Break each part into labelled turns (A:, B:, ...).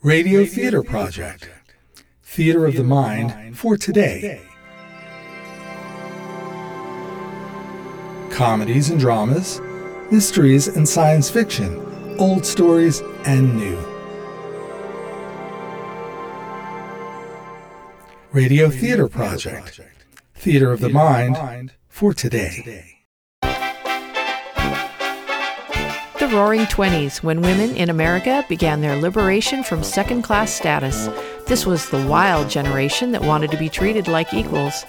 A: Radio Theater Project Theater of the Mind for Today. Comedies and dramas, mysteries and science fiction, old stories and new. Radio Theater Project Theater of the Mind for Today.
B: The Roaring Twenties, when women in America began their liberation from second class status. This was the wild generation that wanted to be treated like equals.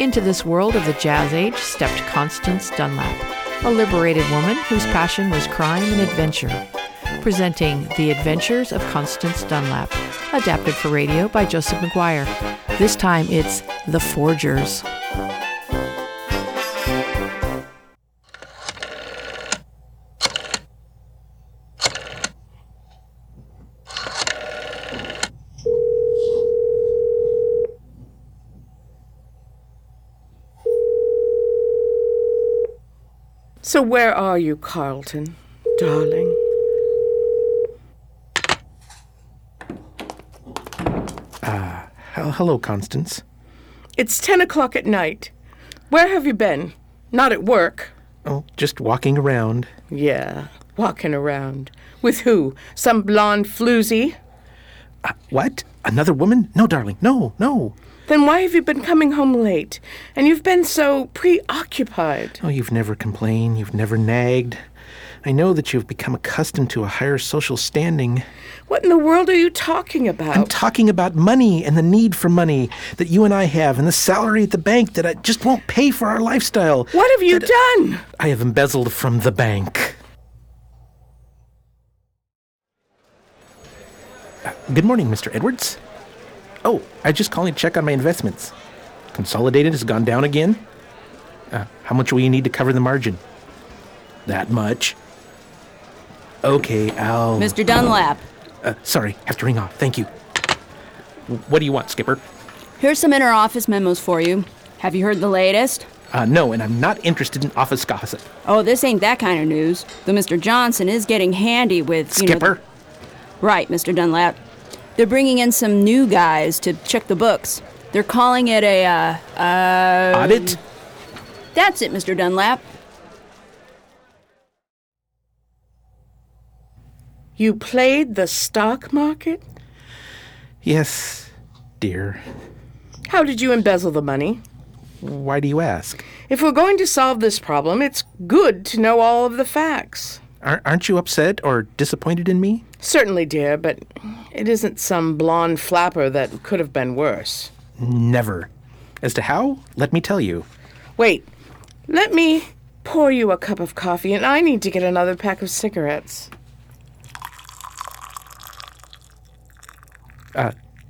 B: Into this world of the jazz age stepped Constance Dunlap, a liberated woman whose passion was crime and adventure. Presenting The Adventures of Constance Dunlap, adapted for radio by Joseph McGuire. This time it's The Forgers.
C: So, where are you, Carlton, darling?
D: Hel- hello, Constance.
C: It's ten o'clock at night. Where have you been? Not at work.
D: Oh, just walking around.
C: Yeah, walking around. With who? Some blonde floozy?
D: What? Another woman? No, darling. No, no.
C: Then why have you been coming home late? And you've been so preoccupied.
D: Oh, you've never complained. You've never nagged. I know that you've become accustomed to a higher social standing.
C: What in the world are you talking about?
D: I'm talking about money and the need for money that you and I have, and the salary at the bank that I just won't pay for our lifestyle.
C: what have you done?
D: I have embezzled from the bank. Uh, Good morning, Mr. Edwards. Oh, I just calling to check on my investments. Consolidated has gone down again. Uh, how much will you need to cover the margin? That much. Okay, I'll.
E: Mr. Dunlap,
D: Uh, sorry, have to ring off. Thank you. W- What do you want, Skipper?
E: here's some inner office memos for you. Have you heard the latest?
D: Uh, no, and I'm not interested in office gossip.
E: Oh, this ain't that kind of news. Though Mr. Johnson is getting handy with you know,
D: Skipper.
E: right, Mr. Dunlap. They're bringing in some new guys to check the books. They're calling it a uh,
D: Audit?
E: that's it, Mr. Dunlap.
C: You played the stock market?
D: Yes, dear.
C: How did you embezzle the money?
D: Why do you ask?
C: If we're going to solve this problem, it's good to know all of the facts.
D: Ar- aren't you upset or disappointed in me?
C: Certainly, dear, but it isn't some blonde flapper that could have been worse.
D: Never. As to how, let me tell you.
C: Wait, let me pour you a cup of coffee, and I need to get another pack of cigarettes.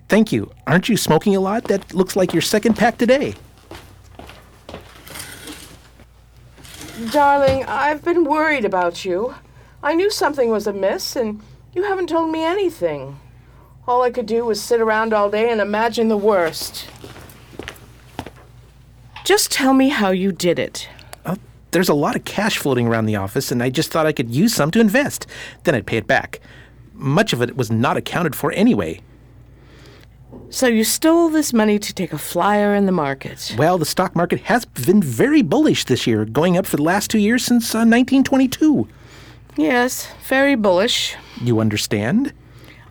D: Thank you. Aren't you smoking a lot? That looks like your second pack today.
C: Darling, I've been worried about you. I knew something was amiss, and you haven't told me anything. All I could do was sit around all day and imagine the worst. Just tell me how you did it.
D: Uh, there's a lot of cash floating around the office, and I just thought I could use some to invest. Then I'd pay it back. Much of it was not accounted for anyway.
C: So you stole this money to take a flyer in the market.
D: Well, the stock market has been very bullish this year, going up for the last two years since uh, 1922.
C: Yes, very bullish.
D: You understand?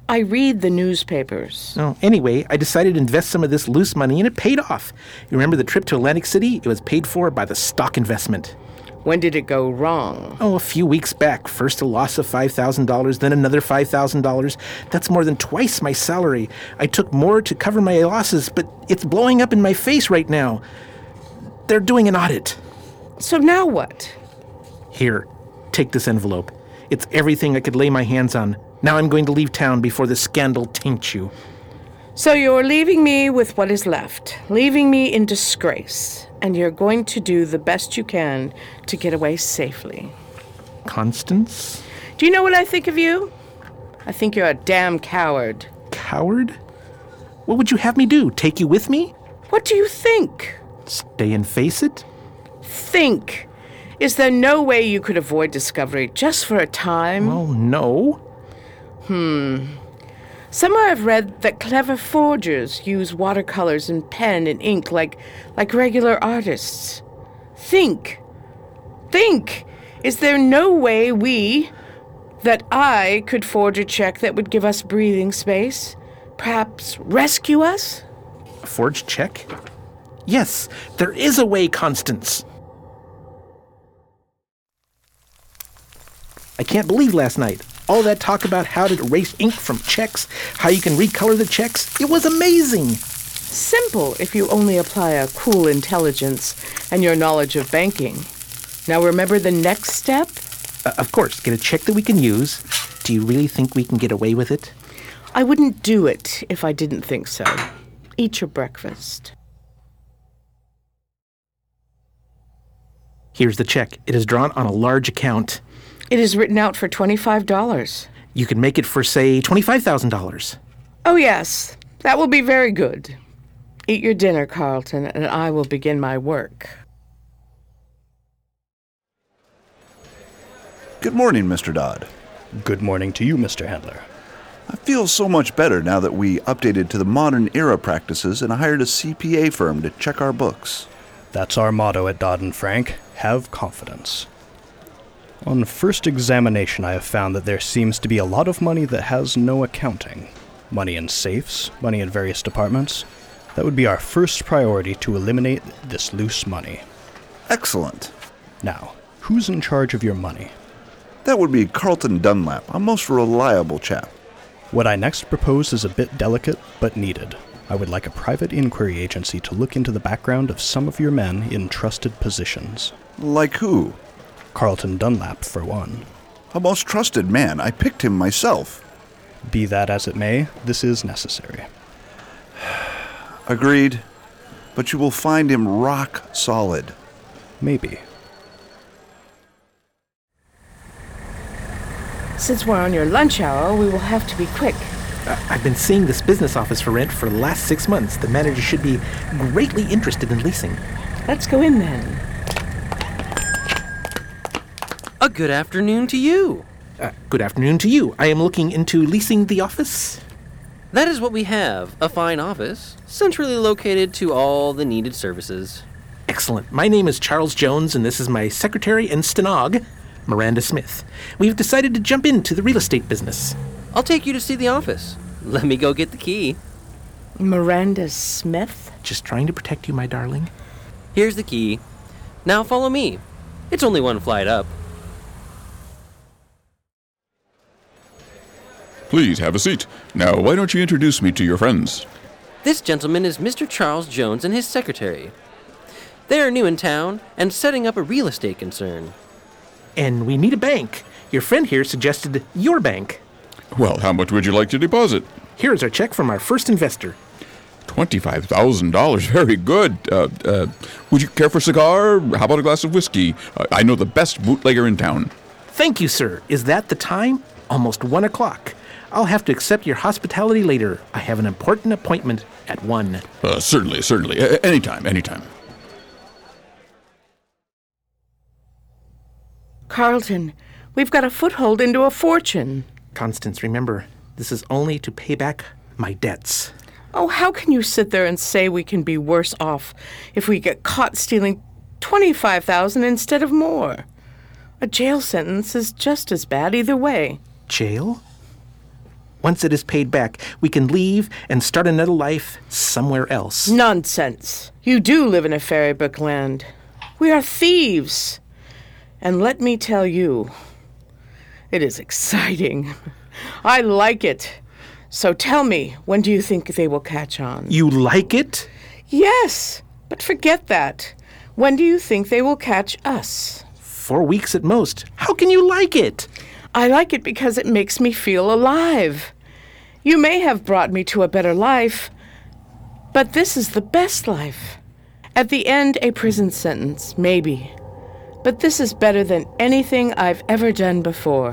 C: I read the newspapers.
D: Oh, anyway, I decided to invest some of this loose money and it paid off. You remember the trip to Atlantic City? It was paid for by the stock investment.
C: When did it go wrong?
D: Oh, a few weeks back, first a loss of $5,000, then another $5,000. That's more than twice my salary. I took more to cover my losses, but it's blowing up in my face right now. They're doing an audit.
C: So now what?
D: Here, take this envelope. It's everything I could lay my hands on. Now I'm going to leave town before the scandal taints you.
C: So you're leaving me with what is left, leaving me in disgrace, and you're going to do the best you can to get away safely.
D: Constance?
C: Do you know what I think of you? I think you're a damn coward.
D: Coward? What would you have me do? Take you with me?
C: What do you think?
D: Stay and face it?
C: Think. Is there no way you could avoid discovery just for a time?
D: Well, no.
C: Somewhere I've read that clever forgers use watercolors and pen and ink like like regular artists. Think. Think. Is there no way we that I could forge a check that would give us breathing space? Perhaps rescue us?
D: A forged check? Yes, there is a way, Constance. I can't believe last night. All that talk about how to erase ink from checks, how you can recolor the checks, it was amazing.
C: Simple if you only apply a cool intelligence and your knowledge of banking. Now remember the next step?
D: Uh, of course, get a check that we can use. Do you really think we can get away with it?
C: I wouldn't do it if I didn't think so. Eat your breakfast.
D: Here's the check. It is drawn on a large account.
C: It is written out for $25.
D: You can make it for, say, $25,000.
C: Oh, yes, that will be very good. Eat your dinner, Carlton, and I will begin my work.
F: Good morning, Mr. Dodd.
G: Good morning to you, Mr. Handler.
F: I feel so much better now that we updated to the modern era practices and hired a CPA firm to check our books.
G: That's our motto at Dodd and Frank have confidence. On first examination, I have found that there seems to be a lot of money that has no accounting money in safes, money in various departments. That would be our first priority to eliminate this loose money.
F: Excellent.
G: Now, who's in charge of your money?
F: That would be Carlton Dunlap, a most reliable chap.
G: What I next propose is a bit delicate, but needed. I would like a private inquiry agency to look into the background of some of your men in trusted positions.
F: Like who?
G: Carlton Dunlap, for one.
F: A most trusted man. I picked him myself.
G: Be that as it may, this is necessary.
F: Agreed. But you will find him rock solid.
G: Maybe.
C: Since we're on your lunch hour, we will have to be quick.
D: Uh, I've been seeing this business office for rent for the last six months. The manager should be greatly interested in leasing.
C: Let's go in then.
H: A good afternoon to you.
D: Uh, good afternoon to you. I am looking into leasing the office.
H: That is what we have a fine office, centrally located to all the needed services.
D: Excellent. My name is Charles Jones, and this is my secretary and stenog, Miranda Smith. We've decided to jump into the real estate business.
H: I'll take you to see the office. Let me go get the key.
C: Miranda Smith?
D: Just trying to protect you, my darling.
H: Here's the key. Now follow me. It's only one flight up.
I: Please have a seat. Now, why don't you introduce me to your friends?
H: This gentleman is Mr. Charles Jones and his secretary. They are new in town and setting up a real estate concern.
D: And we need a bank. Your friend here suggested your bank.
I: Well, how much would you like to deposit?
D: Here is our check from our first investor.
I: $25,000. Very good. Uh, uh, would you care for a cigar? How about a glass of whiskey? Uh, I know the best bootlegger in town.
D: Thank you, sir. Is that the time? Almost one o'clock. I'll have to accept your hospitality later. I have an important appointment at one.
I: Uh, certainly, certainly. Uh, anytime, anytime.
C: Carlton, we've got a foothold into a fortune.
D: Constance, remember, this is only to pay back my debts.
C: Oh, how can you sit there and say we can be worse off if we get caught stealing 25,000 instead of more? A jail sentence is just as bad either way.
D: Jail? Once it is paid back, we can leave and start another life somewhere else.
C: Nonsense. You do live in a fairybook land. We are thieves. And let me tell you, it is exciting. I like it. So tell me, when do you think they will catch on?
D: You like it?
C: Yes, but forget that. When do you think they will catch us?
D: Four weeks at most. How can you like it?
C: I like it because it makes me feel alive. You may have brought me to a better life, but this is the best life. At the end, a prison sentence, maybe. But this is better than anything I've ever done before.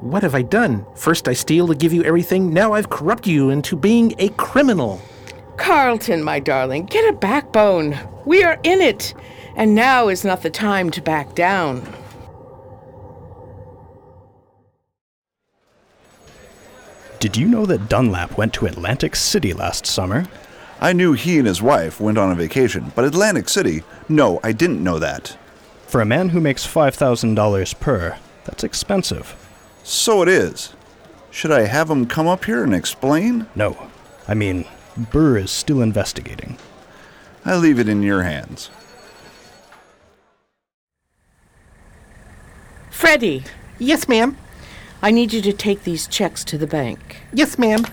D: What have I done? First I steal to give you everything, now I've corrupted you into being a criminal.
C: Carlton, my darling, get a backbone. We are in it, and now is not the time to back down.
G: Did you know that Dunlap went to Atlantic City last summer?
F: I knew he and his wife went on a vacation, but Atlantic City? No, I didn't know that.
G: For a man who makes $5,000 per, that's expensive.
F: So it is. Should I have him come up here and explain?
G: No. I mean, Burr is still investigating.
F: I leave it in your hands.
C: Freddie,
D: Yes, ma'am.
C: I need you to take these checks to the bank.
D: Yes, ma'am.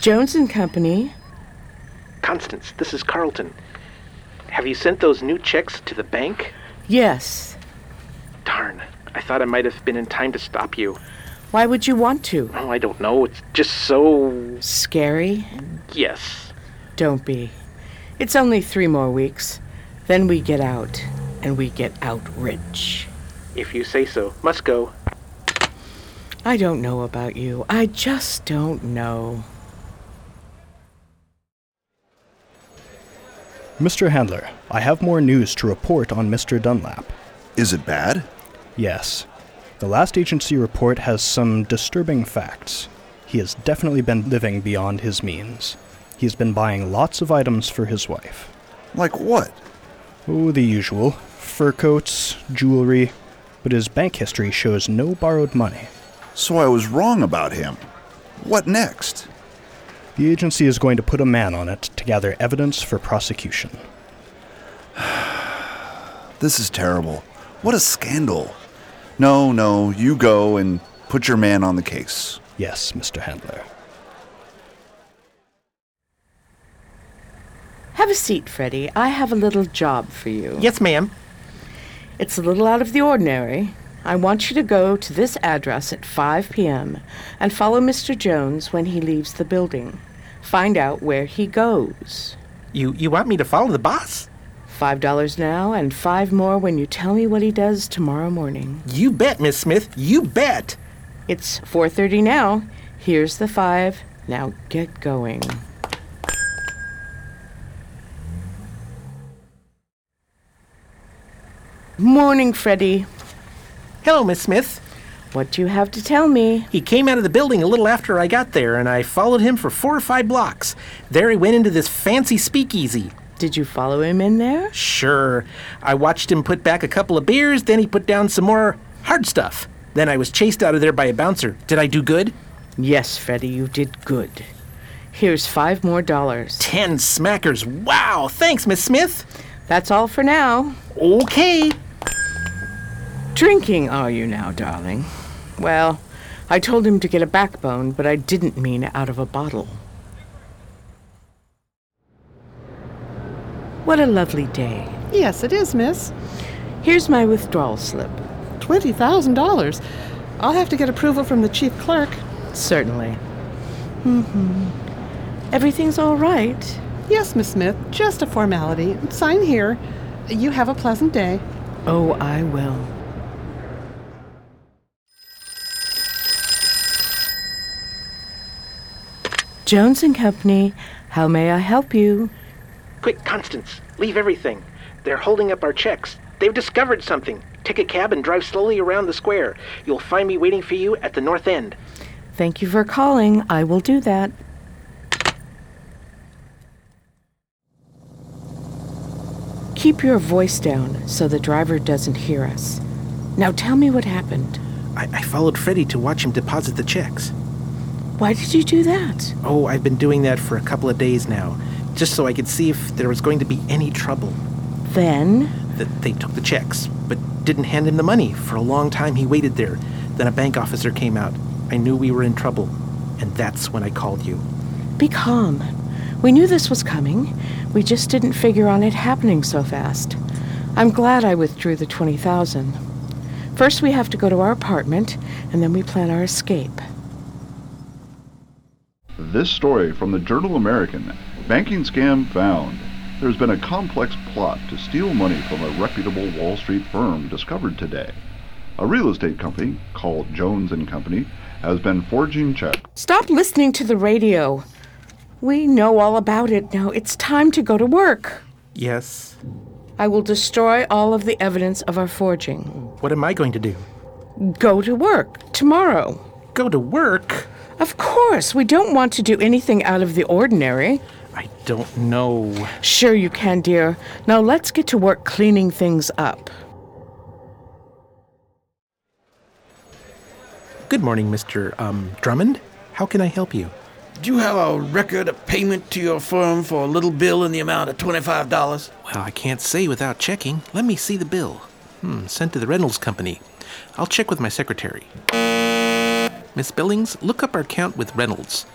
C: Jones and Company.
D: Constance, this is Carlton. Have you sent those new checks to the bank?
C: Yes.
D: Darn. I thought I might have been in time to stop you.
C: Why would you want to?
D: Oh, I don't know. It's just so.
C: Scary?
D: Yes.
C: Don't be. It's only three more weeks. Then we get out, and we get out rich.
D: If you say so. Must go.
C: I don't know about you. I just don't know.
G: Mr. Handler, I have more news to report on Mr. Dunlap.
F: Is it bad?
G: Yes. The last agency report has some disturbing facts. He has definitely been living beyond his means. He has been buying lots of items for his wife.
F: Like what?
G: Oh, the usual fur coats, jewelry, but his bank history shows no borrowed money.
F: So I was wrong about him. What next?
G: The agency is going to put a man on it to gather evidence for prosecution.
F: This is terrible. What a scandal. No, no, you go and put your man on the case.
G: Yes, Mr. Handler.
C: Have a seat, Freddie. I have a little job for you.
D: Yes, ma'am.
C: It's a little out of the ordinary. I want you to go to this address at 5 p.m. and follow Mr. Jones when he leaves the building. Find out where he goes.
D: You you want me to follow the boss?
C: Five dollars now and five more when you tell me what he does tomorrow morning.
D: You bet, Miss Smith. You bet.
C: It's 4:30 now. Here's the five. Now get going. Morning, Freddie.
D: Hello, Miss Smith.
C: What do you have to tell me?
D: He came out of the building a little after I got there, and I followed him for four or five blocks. There he went into this fancy speakeasy.
C: Did you follow him in there?
D: Sure. I watched him put back a couple of beers, then he put down some more hard stuff. Then I was chased out of there by a bouncer. Did I do good?
C: Yes, Freddie, you did good. Here's five more dollars.
D: Ten smackers. Wow. Thanks, Miss Smith.
C: That's all for now.
D: Okay.
C: Drinking are you now, darling? Well, I told him to get a backbone, but I didn't mean out of a bottle. What a lovely day.
J: Yes, it is, miss.
C: Here's my withdrawal slip.
J: $20,000. I'll have to get approval from the chief clerk.
C: Certainly. hmm Everything's all right.
J: Yes, Miss Smith, just a formality. Sign here. You have a pleasant day.
C: Oh, I will. Jones and Company, how may I help you?
D: Quick, Constance, leave everything. They're holding up our checks. They've discovered something. Take a cab and drive slowly around the square. You'll find me waiting for you at the north end.
C: Thank you for calling. I will do that. Keep your voice down so the driver doesn't hear us. Now tell me what happened.
D: I, I followed Freddy to watch him deposit the checks.
C: Why did you do that?
D: Oh, I've been doing that for a couple of days now, just so I could see if there was going to be any trouble.
C: Then,
D: That they took the checks, but didn't hand him the money. For a long time, he waited there. Then a bank officer came out. I knew we were in trouble, and that's when I called you.
C: be calm. We knew this was coming. We just didn't figure on it happening so fast. I'm glad I withdrew the 20,000. First we have to go to our apartment and then we plan our escape.
F: This story from the Journal American Banking Scam Found. There's been a complex plot to steal money from a reputable Wall Street firm discovered today. A real estate company called Jones and Company has been forging checks.
C: Stop listening to the radio. We know all about it now. It's time to go to work.
D: Yes.
C: I will destroy all of the evidence of our forging.
D: What am I going to do?
C: Go to work tomorrow.
D: Go to work?
C: Of course, we don't want to do anything out of the ordinary.
D: Don't know.
C: Sure, you can, dear. Now let's get to work cleaning things up.
D: Good morning, Mr. Um, Drummond. How can I help you?
K: Do you have a record of payment to your firm for a little bill in the amount of $25?
D: Well, I can't say without checking. Let me see the bill. Hmm, sent to the Reynolds Company. I'll check with my secretary. Miss Billings, look up our account with Reynolds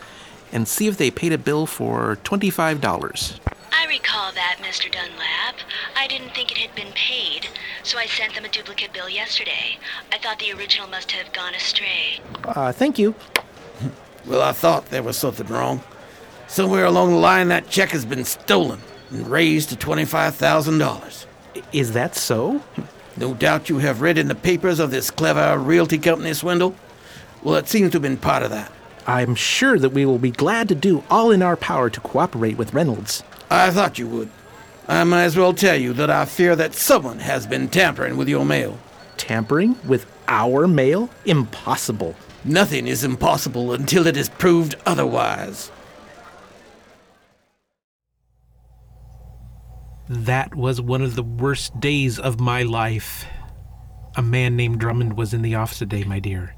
D: and see if they paid a bill for $25.
L: I recall that, Mr. Dunlap. I didn't think it had been paid, so I sent them a duplicate bill yesterday. I thought the original must have gone astray.
D: Uh, thank you.
K: Well, I thought there was something wrong. Somewhere along the line, that check has been stolen and raised to $25,000.
D: Is that so?
K: No doubt you have read in the papers of this clever realty company swindle. Well, it seems to have been part of that.
D: I'm sure that we will be glad to do all in our power to cooperate with Reynolds.
K: I thought you would. I might as well tell you that I fear that someone has been tampering with your mail.
D: Tampering with our mail? Impossible.
K: Nothing is impossible until it is proved otherwise.
M: That was one of the worst days of my life. A man named Drummond was in the office today, my dear.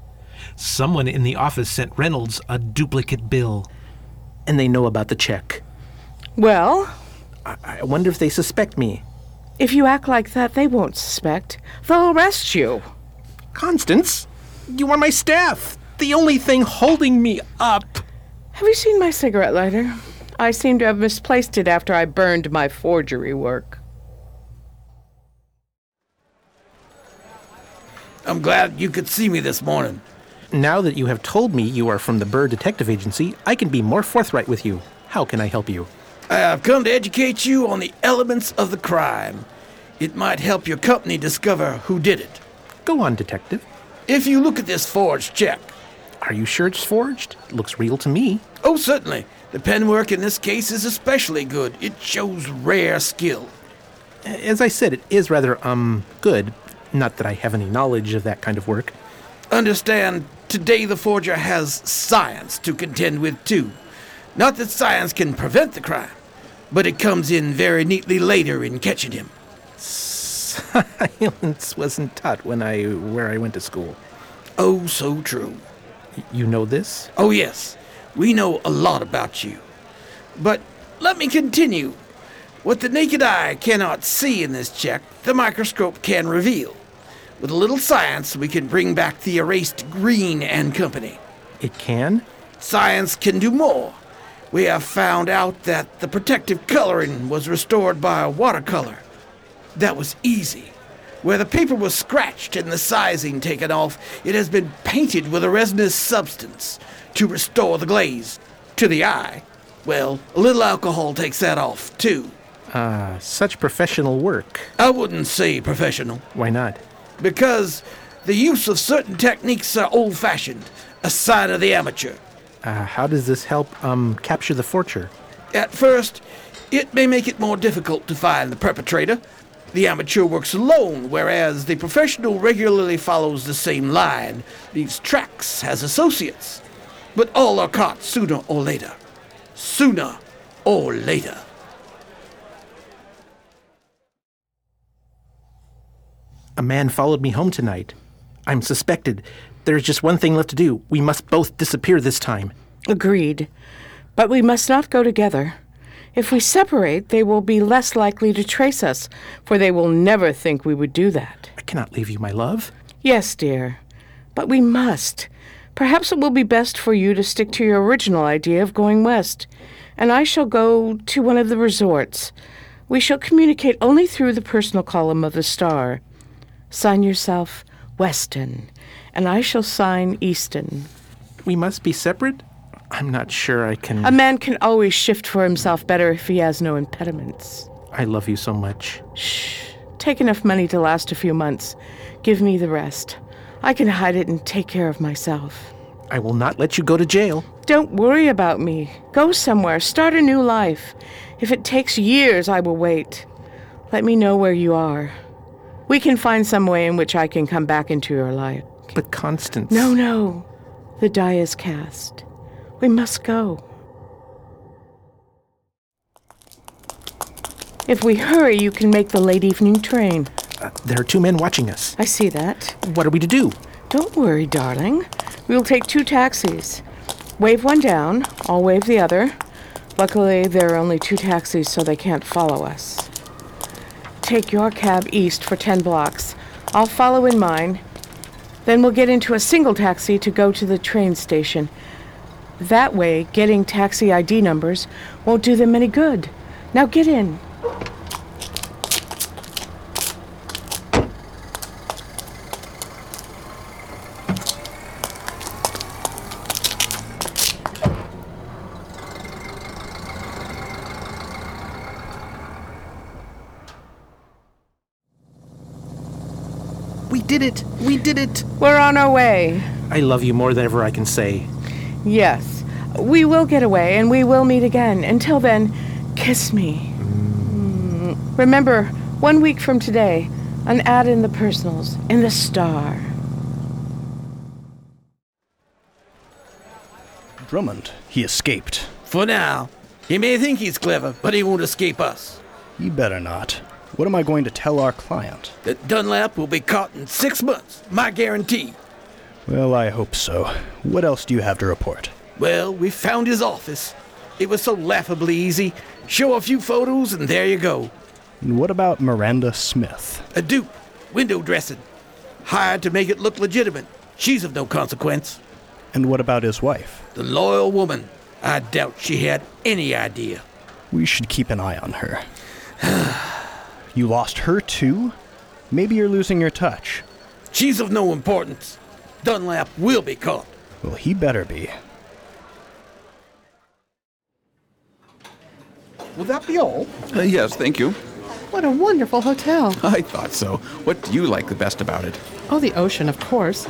M: Someone in the office sent Reynolds a duplicate bill.
D: And they know about the check.
C: Well,
D: I wonder if they suspect me.
C: if you act like that, they won't suspect. They'll arrest you.
D: Constance, you are my staff. The only thing holding me up.
C: Have you seen my cigarette lighter? I seem to have misplaced it after I burned my forgery work.
K: I'm glad you could see me this morning.
D: Now that you have told me you are from the Burr Detective Agency, I can be more forthright with you. How can I help you?
K: I have come to educate you on the elements of the crime. It might help your company discover who did it.
D: Go on, detective.
K: If you look at this forged check,
D: Are you sure it's forged? Looks real to me.
K: oh, certainly, the pen work in this case is especially good. It shows rare skill.
D: As I said, it is rather, um, good. Not that I have any knowledge of that kind of work.
K: Understand, today the forger has science to contend with, too. Not that science can prevent the crime, but it comes in very neatly later in catching him.
D: Science wasn't taught when I where I went to school.
K: Oh, so true.
D: You know this?
K: Oh, yes, we know a lot about you. But let me continue. What the naked eye cannot see in this check, the microscope can reveal. With a little science, we can bring back the erased Green and Company.
D: It can?
K: Science can do more. We have found out that the protective coloring was restored by a watercolor. That was easy. Where the paper was scratched and the sizing taken off, it has been painted with a resinous substance to restore the glaze to the eye. Well, a little alcohol takes that off, too.
D: Ah, such professional work.
K: I wouldn't say professional.
D: Why not?
K: Because the use of certain techniques are old fashioned, a sign of the amateur.
D: Uh, how does this help um, capture the forger?
K: At first, it may make it more difficult to find the perpetrator. The amateur works alone, whereas the professional regularly follows the same line, leaves tracks, has associates. But all are caught sooner or later. Sooner or later.
D: A man followed me home tonight. I'm suspected. There's just one thing left to do. We must both disappear this time.
C: Agreed. But we must not go together. If we separate, they will be less likely to trace us, for they will never think we would do that.
D: I cannot leave you, my love.
C: Yes, dear. But we must. Perhaps it will be best for you to stick to your original idea of going west, and I shall go to one of the resorts. We shall communicate only through the personal column of the star. Sign yourself Weston, and I shall sign Easton.
D: We must be separate? I'm not sure I can.
C: A man can always shift for himself better if he has no impediments.
D: I love you so much.
C: Take enough money to last a few months. Give me the rest. I can hide it and take care of myself.
D: I will not let you go to jail.
C: Don't worry about me. Go somewhere. Start a new life. If it takes years, I will wait. Let me know where you are. We can find some way in which I can come back into your life. back.
D: But Constance.
C: No, no. The die is cast. We must go. If we hurry, you can make the late evening train.
D: uh, There are two men watching us.
C: I see that.
D: What are we to do?
C: Don't worry, darling. We'll take two taxis. Wave one down, I'll wave the other. Luckily, there are only two taxis, so they can't follow us. Take your cab east for 10 blocks. I'll follow in mine. Then we'll get into a single taxi to go to the train station. That way, getting taxi ID numbers won't do them any good. Now get in.
D: We did it! We did it!
C: We're on our way.
D: I love you more than ever I can say.
C: Yes, we will get away and we will meet again. Until then, kiss me. Mm. Remember, one week from today, an ad in the personals, in the star.
G: Drummond, he escaped.
K: For now. He may think he's clever, but he won't escape us.
G: You better not. What am I going to tell our client?
K: That Dunlap will be caught in six months, my guarantee.
G: Well, I hope so. What else do you have to report?
K: Well, we found his office. It was so laughably easy. Show a few photos, and there you go.
G: And what about Miranda Smith?
K: A dupe, window dressing. Hired to make it look legitimate. She's of no consequence.
G: And what about his wife?
K: The loyal woman. I doubt she had any idea.
G: We should keep an eye on her. you lost her too? Maybe you're losing your touch.
K: She's of no importance. Dunlap will be caught.
G: Well, he better be.
J: Will that be all?
I: Uh, yes, thank you.
J: What a wonderful hotel.
I: I thought so. What do you like the best about it?
J: Oh, the ocean, of course.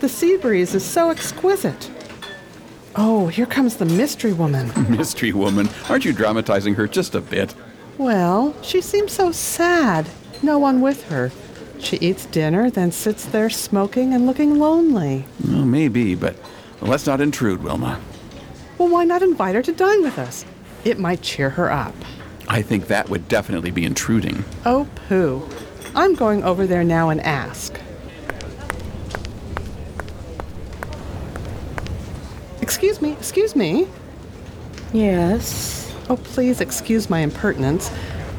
J: The sea breeze is so exquisite. Oh, here comes the mystery woman.
I: Mystery woman. Aren't you dramatizing her just a bit?
J: Well, she seems so sad. No one with her. She eats dinner, then sits there smoking and looking lonely.
I: Well, maybe, but let's not intrude, Wilma.
J: Well, why not invite her to dine with us? It might cheer her up.
I: I think that would definitely be intruding.
J: Oh, pooh. I'm going over there now and ask. Excuse me, excuse me.
C: Yes.
J: Oh, please excuse my impertinence.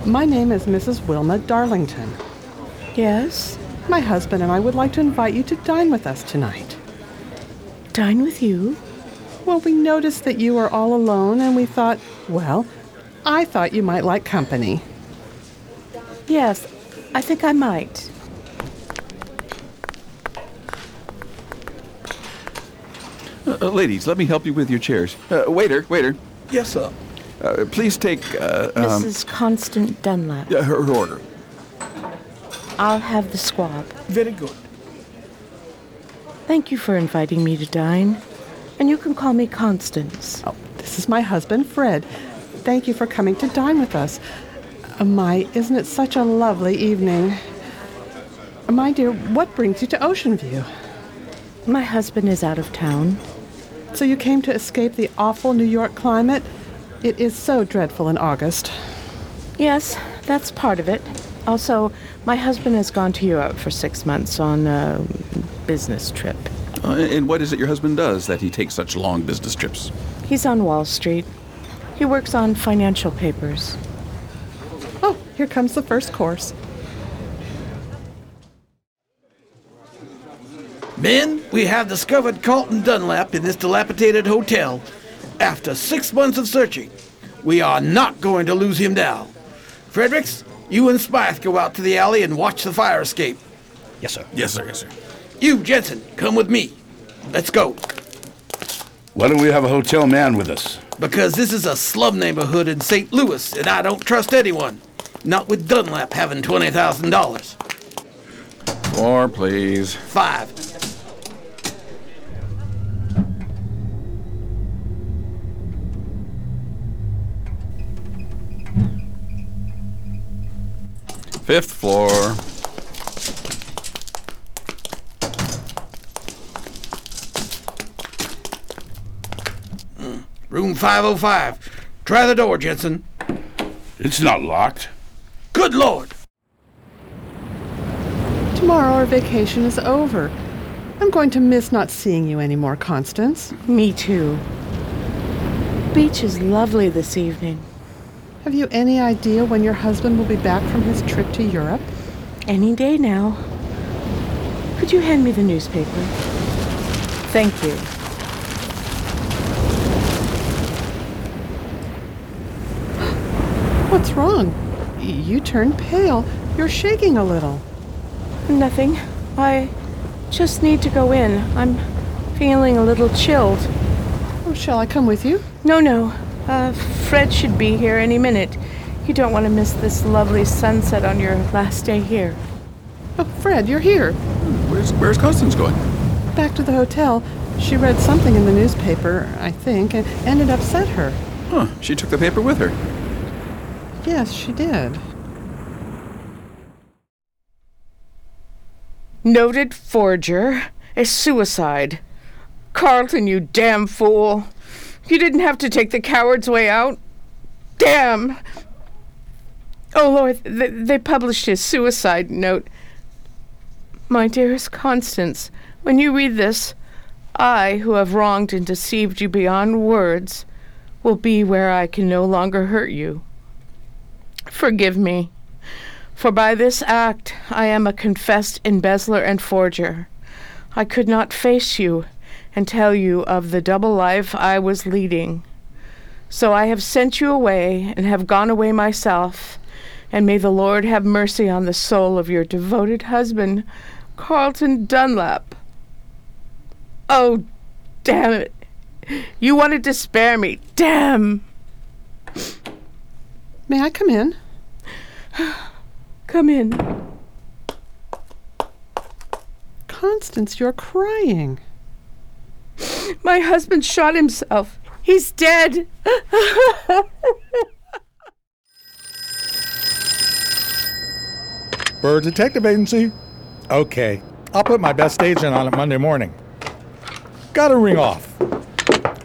J: My name is Mrs. Wilma Darlington.
C: Yes?
J: My husband and I would like to invite you to dine with us tonight.
C: Dine with you?
J: Well, we noticed that you were all alone and we thought, well, I thought you might like company.
C: Yes, I think I might.
I: Uh, uh, ladies, let me help you with your chairs. Uh, waiter, waiter.
K: Yes, sir.
I: Uh, please take uh, um,
C: Mrs. Constant Dunlap.
I: uh, her, her order.
C: I'll have the squab.
K: Very good.
C: Thank you for inviting me to dine. And you can call me Constance.
J: Oh, this is my husband, Fred. Thank you for coming to dine with us. Uh, My, isn't it such a lovely evening? My dear, what brings you to Ocean View?
C: My husband is out of town.
J: So you came to escape the awful New York climate? It is so dreadful in August.
C: Yes, that's part of it. Also, my husband has gone to Europe for six months on a business trip.
I: Uh, and what is it your husband does that he takes such long business trips?
C: He's on Wall Street. He works on financial papers.
J: Oh, here comes the first course.
K: Men, we have discovered Carlton Dunlap in this dilapidated hotel. After six months of searching, we are not going to lose him now. Fredericks, you and Smythe go out to the alley and watch the fire escape.
G: Yes, sir.
I: Yes, sir. Yes, sir.
K: You, Jensen, come with me. Let's go,
N: Why don't we have a hotel man with us?
K: because this is a slum neighborhood in St. Louis, and I don't trust anyone. Not with Dunlap having $20,000.
I: Four, please.
K: Five.
I: Fifth floor.
K: Room 505. Try the door, Jensen.
N: It's not locked.
K: Good Lord!
J: Tomorrow our vacation is over. I'm going to miss not seeing you anymore, Constance.
C: Me too. Beach is lovely this evening.
J: Have you any idea when your husband will be back from his trip to Europe?
C: Any day now. Could you hand me the newspaper? Thank you.
J: What's wrong? Y- You turned pale. You're shaking a little.
C: Nothing. I just need to go in. I'm feeling a little chilled.
J: Oh, shall I come with you?
C: No, no. Uh, Fred should be here any minute. You don't want to miss this lovely sunset on your last day here.
J: Oh, Fred, you're here.
I: Where's, where's Constance going?
J: Back to the hotel. She read something in the newspaper, I think, and, and it upset her.
I: Huh, she took the paper with her.
J: Yes, she did.
C: Noted forger. A suicide. Carlton, you damn fool. You didn't have to take the coward's way out. Damn. Oh, Lord, th- they published his suicide note. My dearest Constance, when you read this, I, who have wronged and deceived you beyond words, will be where I can no longer hurt you. Forgive me. For by this act I am a confessed embezzler and forger. I could not face you and tell you of the double life I was leading. So I have sent you away and have gone away myself, and may the Lord have mercy on the soul of your devoted husband, Carlton Dunlap. Oh, damn it. You wanted to spare me. Damn.
J: May I come in?
C: Come in.
J: Constance, you're crying.
C: My husband shot himself. He's dead.
O: Bird Detective Agency? Okay. I'll put my best agent on it Monday morning. Gotta ring off.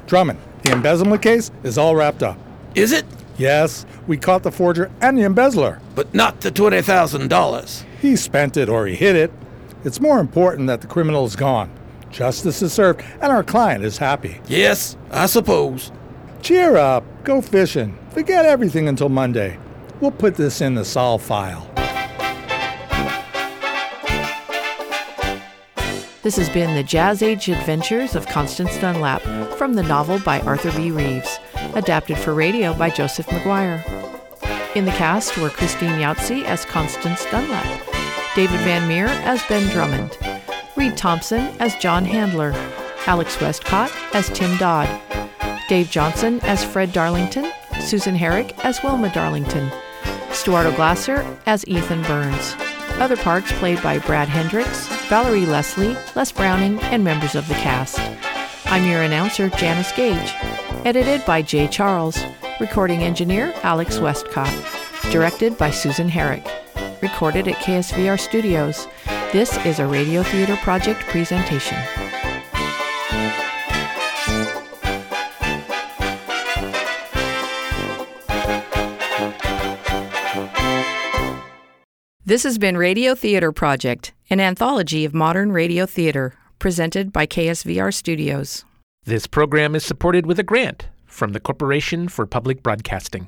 O: Drummond, the embezzlement case is all wrapped up.
K: Is it?
O: Yes, we caught the forger and the embezzler.
K: But not the $20,000.
O: He spent it or he hid it. It's more important that the criminal is gone. Justice is served and our client is happy.
K: Yes, I suppose.
O: Cheer up. Go fishing. Forget everything until Monday. We'll put this in the Sol file.
B: This has been the Jazz Age Adventures of Constance Dunlap from the novel by Arthur B. Reeves, adapted for radio by Joseph McGuire. In the cast were Christine Yautsey as Constance Dunlap, David Van Meer as Ben Drummond, Reed Thompson as John Handler, Alex Westcott as Tim Dodd, Dave Johnson as Fred Darlington, Susan Herrick as Wilma Darlington, Stuarto Glasser as Ethan Burns. Other parts played by Brad Hendricks, Valerie Leslie, Les Browning, and members of the cast. I'm your announcer, Janice Gage. Edited by Jay Charles. Recording engineer, Alex Westcott. Directed by Susan Herrick. Recorded at KSVR Studios. This is a Radio Theater Project presentation. This has been Radio Theater Project, an anthology of modern radio theater, presented by KSVR Studios.
M: This program is supported with a grant from the Corporation for Public Broadcasting.